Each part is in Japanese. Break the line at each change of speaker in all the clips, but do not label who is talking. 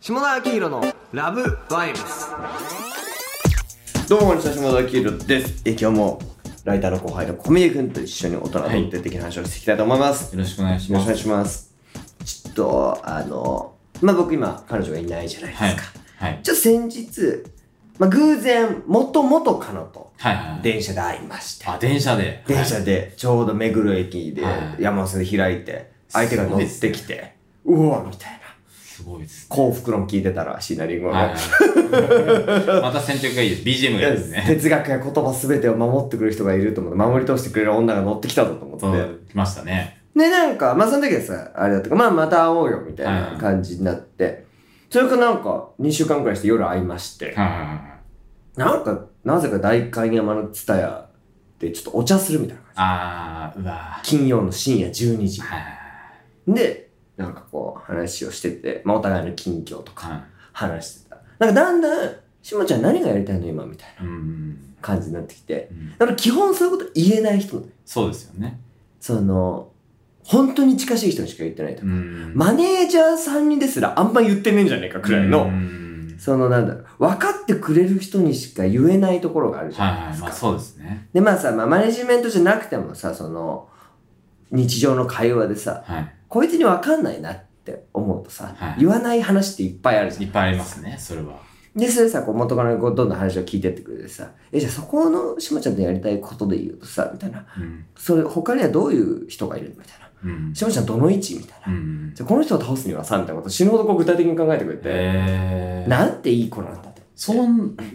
下田明宏のラブバイブス
どうも、こんにちは、島田キルです。え今日も、ライターの後輩の小峰君と一緒に大人の徹底的な話をしていきたいと思います。
よろしくお願いし
よろ
ま
しくお
す。
願いします。ちょっと、あの、まあ、僕今、彼女がいないじゃないですか。
はい。はい。
ちょっと先日、まあ、偶然、もともと彼女と
はいはい。
電車で会いまして、
あ、電車で。
電車で、ちょうど目黒駅で
は、い
山手で開いて、相手が乗ってきて、うわみたいな。
すごいですね。
幸福論聞いてたら、シナリンゴの。
はい はい。また選曲がいいです。BGM がいいですね。
哲学や言葉全てを守ってくれる人がいると思って守り通してくれる女が乗ってきたぞと思って、
そう、来ましたね。
でなんかまあその時はさあれだったからまあまた会おうよみたいな感じになって、それからなんか2週間くらいして夜会いまして、
はいはいはい。
なんかなぜか代官山の蔦屋でちょっとお茶するみたいな感じ
あー、うわ
金曜の深夜12時
ー。はい
でなんかこう話をしてて、まあ、お互いの近況とか
はいはい。
話してたなんかだんだん「しもちゃん何がやりたいの今」みたいな
うんうん
感じになってきて
うん。
だから基本そういうこと言えない人なの
そうですよね。
その、本当に近しい人にしか言ってないと
う。ん。
マネージャーさんにですらあんま言ってねえんじゃねえかくらいの、
うん
そのなんだろう、分かってくれる人にしか言えないところがあるじ
はい
ゃない
は
で
い。
す
ま
か。
あそうですね。
で、まあさ、まあマネジメントじゃなくてもさ、その、日常の会話でさ、
はい。
こいつに分かんないなって思うとさ、
はい
言わない話っていっぱいあるじゃん。
いっぱいありますね、それは。
で、それさ、こう元からこうどんどん話を聞いてってくれてさ、え、じゃあそこのしもちゃんとやりたいことで言うとさ、みたいな、
うん。
それ他にはどういう人がいるのみたいな。
うん。
しもちゃんどの位置みたいな
う。ん。
じゃあこの人を倒すにはさ、みたいなこと死ぬほどこう具体的に考えてくれて、
えー。
なんていい子なんだって。
そう、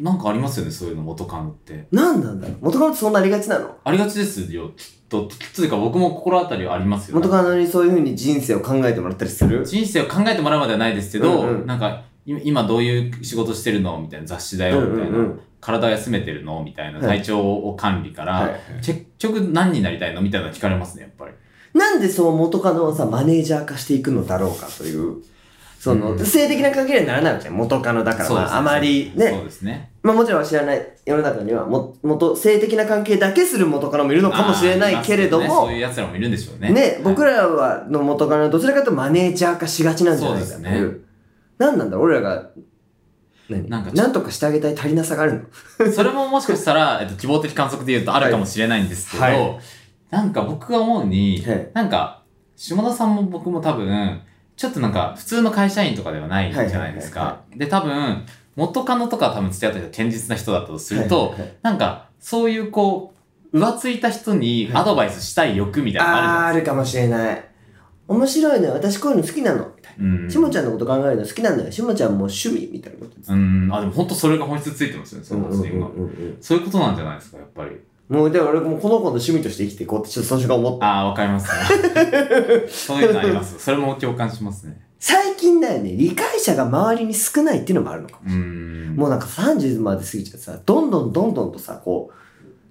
なんかありますよね、そういうの、元カノって。
なんなんだろう元カノってそんなありがちなの
ありがちですよ。きっと、つうか僕も心当たりはありますよ。
元カノにそういうふうに人生を考えてもらったりする
人生を考えてもらうまではないですけど、
うんうん
なんか、い今どういう仕事してるのみたいな雑誌
う
だ
んう
よ、みたいな。
ん
体休めてるのみたいな。
はい
体調を管理から、
はい
結局何になりたいのみたいなの聞かれますね、やっぱり。
うん。なんでそう元カノをさ、マネージャー化していくのだろうかという、その、
うん
性的な関係にはならないわけじゃん。元カノだから、
そうです
まあ、あまり
そう
ね。
ですね。
まあもちろん知らない世の中には、も、元、性的な関係だけする元カノもいるのかもしれないけれど
あーいますよね
も
そうい、う奴らもいるんでしょうね。
ね、僕
ら、
らはの元からどちらかというとマネージャー化しがちなんじゃないか
そ
と
う
い
ですね
う。何なんだろう俺らが、何
なんかちょっと
なんとかしてあげたい足りなさがあるの。
それももしかしたら、えっと、希望的観測で言うとあるかもしれないんですけど、
はい
なんか僕が思うに、
はい
なんか、下田さんも僕も多分、ちょっとなんか、普通の会社員とかではないじゃないです
はいはい
か。で、多分、元カノとかは多分付き合った人、堅実な人だとすると、
はいはい
なんか、そういうこう、浮ついた人にアドバイスしたい欲みたいなの
あー
あ
あ
る
るかもしれない。面白いね。私こういうの好きなの。みたい
じゃない
な。
です
し
か。
もちゃんのこと考えるの好きなのよ。しもちゃんも趣味みたいなことです。
うん。うん。あ、でも本当それが本質ついてますよね、その発言が。
うんうんうん
そういうことなんじゃないですか、やっぱり。
うんもう、でも俺もうこの子の趣味として生きていこうってちょっとその瞬間思った。
ああ、わかりますね。 そういうのあります。それも共感しますね。
最近だよね、理解者が周りに少ないっていうのもあるのかも。
うーん。
もうなんか30まで過ぎちゃってさ、どんどんどんどんとさ、こう、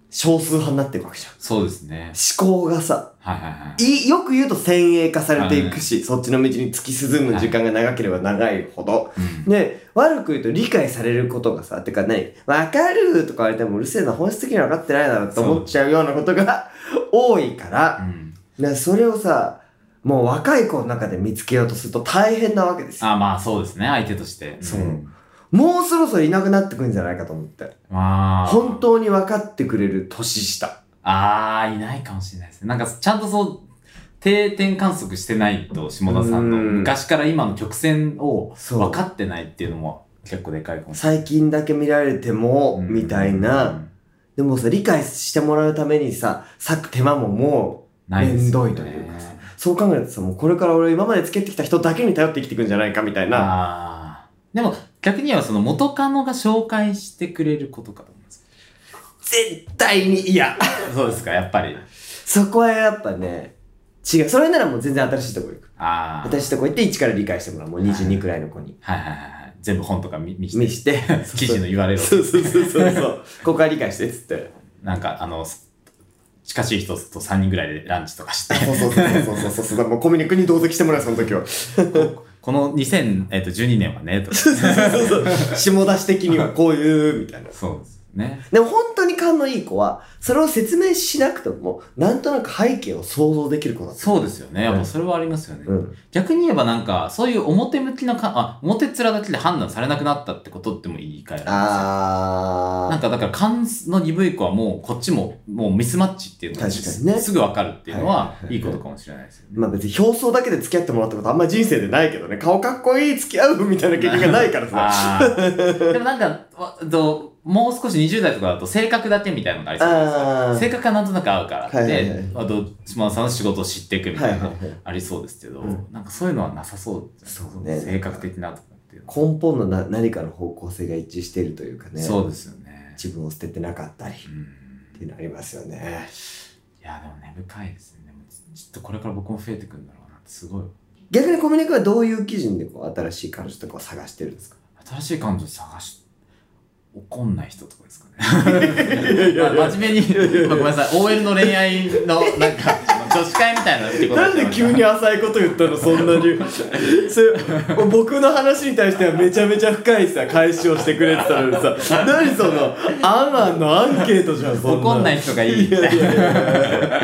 少数派になっていくわけじゃん。
そうですね。
思考がさ、
はいはいはい。
いよく言うと先鋭化されていくし、そっちの道に突き進む時間が長ければ長いほど。
うん
で、悪く言うと理解されることがさ、てか何わかるとか言われてもうるせえな、本質的には分かってないだろうと思っちゃうようなことが 多いから、
うん。
でそれをさ、もう若い子の中で見つけようとすると大変なわけですよ。
あまあそうですね、相手として。
そうんもうそろそろいなくなってくんじゃないかと思って。
まあ。
本当に分かってくれる年下。
ああ、いないかもしれないですね。なんか、ちゃんとそう、定点観測してないと、下田さんの
うーん
昔から今の曲線を
そう
分かってないっていうのも結構でかいかもしれない。
最近だけ見られても、
うん
みたいな。
うん
でもさ、理解してもらうためにさ、割く手間もも
ないですよね
面倒いというかう、そう考えるとさ、もうこれから俺今まで付き合ってきた人だけに頼って生きていくんじゃないかみたいな。
ああ。でも、逆にはその元カノが紹介してくれることかと思います。
絶対に嫌
そうですか、やっぱり。
そこはやっぱね、違う。それならもう全然新しいとこ行く。
ああ。
新しいとこ行って一から理解してもらう。もう22くらいの子に。
はいはいはいはい。全部本とか見見
見
して、
して。
記事の URL を
そうそうそうそうそう。ここは理解してっつって。
なんか、あの、す近しい人と3人ぐらいでランチとかして、
そうそうそうそうそうそうそう。だ からもうコミュニクに同席してもらう、その時は。
この2012年はね、とか。
そうそうそう。下出し的にはこういう、みたいな。
そうですね。
でも本当に考感のいい子は、それを説明しなくても、なんとなく背景を想像できる子だった。
そうですよね。やっぱそれはありますよね。
うん。
逆に言えばなんか、そういう表向きなか、あ、表っ面だけで判断されなくなったってことっても言い換えられますよ。
あー。
なんかだから、感の鈍い子はもう、こっちも、もうミスマッチっていうのが
確かにね
すぐわかるっていうの
はいは
は
は、い
いいことかもしれないですよね。
まあ別に表層だけで付き合ってもらったことあんま人生でないけどね、顔かっこいい、付き合うみたいな経験がないからさ。
あー でもなんか、わどうもう少し20代とかだと性格だけみたいなのがありそうじゃないです
あ
か。
ー
性格がなんとなく合うからって、
はいはいはい
あと、島田さんの仕事を知っていくみ
は
た
いはい
いな
は、い。
ありそうですけど、
うん
なんかそういうのはなさそうですね
そうね
性格的なとかっていうのは
根本のな何かの方向性が一致しているというかね。
そうですよね。
自分を捨ててなかったり
う
っ
ん
ていうのありますよね。
いや、でも根深いですね。でもちちょっとこれから僕も増えてくんだろうなって、すごい。
逆に小峰君はどういう基準でこう新しい彼女とかを探してるんですか
新しい彼女探し、怒んない人とかですかね。
い やいや
まあ真面目に、まあごめんなさい、OL の恋愛の、なんか、女子会みたいなってこ と
なんで急に浅いこと言ったのそんな にそれ僕の話に対してはめちゃめちゃ深いさ返しをしてくれてたのに さ何そのアンアンのアンケートじゃんそんな
怒んない人がいい
いやいや いやいや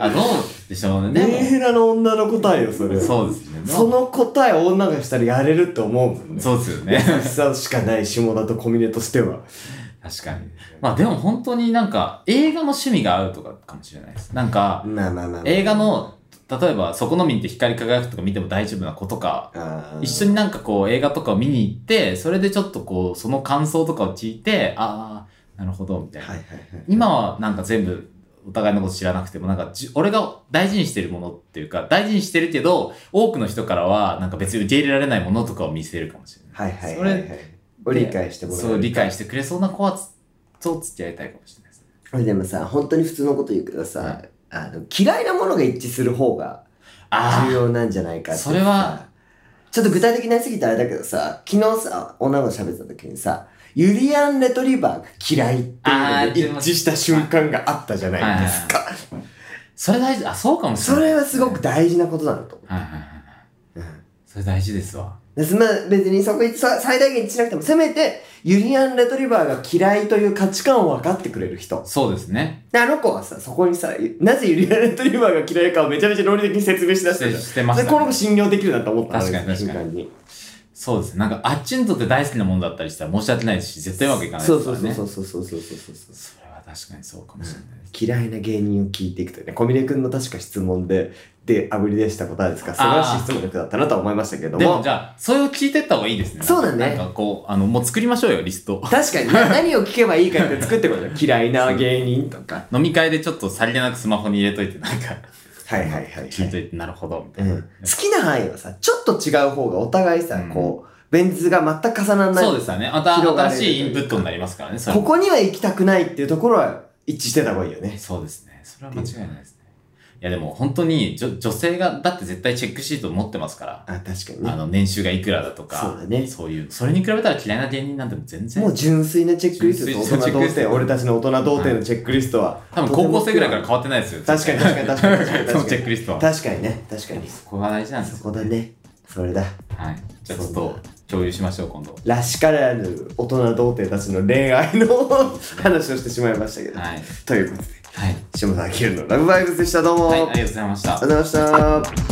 あ、どうでしょうね。
メン
で
ヘラの女の答えよそれ
も、そうですね。
その答えを女がしたらやれるって思うもんね
そうですよね。
優しさしかない下田と小峰としては
確かに。まあでも本当になんか、映画の趣味が合うとかかもしれないです。なんか、
まあまあまあ
映画の、例えば、そこのみんって光り輝くとか見ても大丈夫なことか、一緒
に
になんかこう映画とかを見に行って、それでちょっとこうその感想とかを聞いて、ああ、なるほど、みたいな。
はいはいはい
今はなんか全部お互いのこと知らなくても、なんかじ俺が大事にしてるものっていうか、大事にしてるけど、多くの人からはなんか別に受け入れられないものとかを見せるかもしれない。
はいはいはいはいを理解してもらえる
そう、理解してくれそうな子はつと付き合いたいかもしれないですね。
これでもさ本当に普通のこと言うけどさ、
はい
あの嫌いなものが一致する方が
あ
重
あ、
要なんじゃないかってさ
それは
ちょっと具体的になりすぎてあれだけどさ昨日さ女の子と喋ってた時にさユリアン・レトリバーが嫌いって
あー
いうので一致した瞬間があったじゃないですか、
それ大事、あ、そうかもしれ
そ
ない。
れはすごく大事なことだなと思
はいはいはいはい。
う、うん
それ大事ですわ。
でそんな別にそこ一致さ最大限一致しなくてもせめてユリアン・レトリバーが嫌いという価値観を分かってくれる人
そうですね。
であの子はさそこにさなぜユリアン・レトリバーが嫌いかをめちゃめちゃ論理的に説明しだして
して
た
してます
で、
ね
この子信用できるなと思ったの
確かに確かに
瞬間に。
そうですね。なんか、あっちにとって大好きなものだったりしたら申し訳ないですし、絶対うまくいかないで
そ
す
う
か
そ
ら
う
ね。
そうそうそうそうそうそうそう。
それは確かにそうかもしれないです。
嫌いな芸人を聞いていくとね、小峰君の確か質問で、で、あぶり出した答えですか素晴らしい質問力だったなとは思いましたけれど
でも
も
じ。ゃあ、それを聞いてった方がいいですね。
そうだね
なんかこう、あの、もう作りましょうよ、リスト。
確かにな、 何を聞けばいいかって作ってくるじゃん。嫌いな芸人とか。
飲み会でちょっとさりげなくスマホに入れといて、なんか、
はいはいはいはい、
聞いといて、なるほど、みた
う
い
ん
な。
好きな範囲はさ、ちょっと違う方がお互いさ、
うん
こう、ベン図が全く重ならない
そうですよね。また
広がれ
新
る
しいインプットになりますからね、それ
こ
も
こには行きたくないっていうところは一致してた方がいいよね。
そうですね。それは間違いないですね。いや、でも本当に、女女性が、だって絶対チェックシート持ってますから。
あ、確かに
あ
ね。
の、年収がいくらだとか、
そうだね
そういう、それに比べたら嫌いな芸人なんても全然。
もう純粋なチェックリスト
純
と
粋
大
なチ
人
ェック
童
リスト
貞、俺たちの大人童貞のチェックリストは。
多分高校生ぐらいから変わってないですよ。
確かに確かに確かに確かに確かに
そのチェックリストは。
確かにね、確かに。
そこが大事なんです
そ
よ。
こだね。それだ。
はい。じゃあちょっと共有しましょう、今度。
らしからぬ大人童貞たちの恋愛の話をしてしまいましたけど。
はい。
ということで、
はい。
下田明のラブバイブスでした。どうも。
はい、あり
あ
がと
り
うございました
が。とうございました。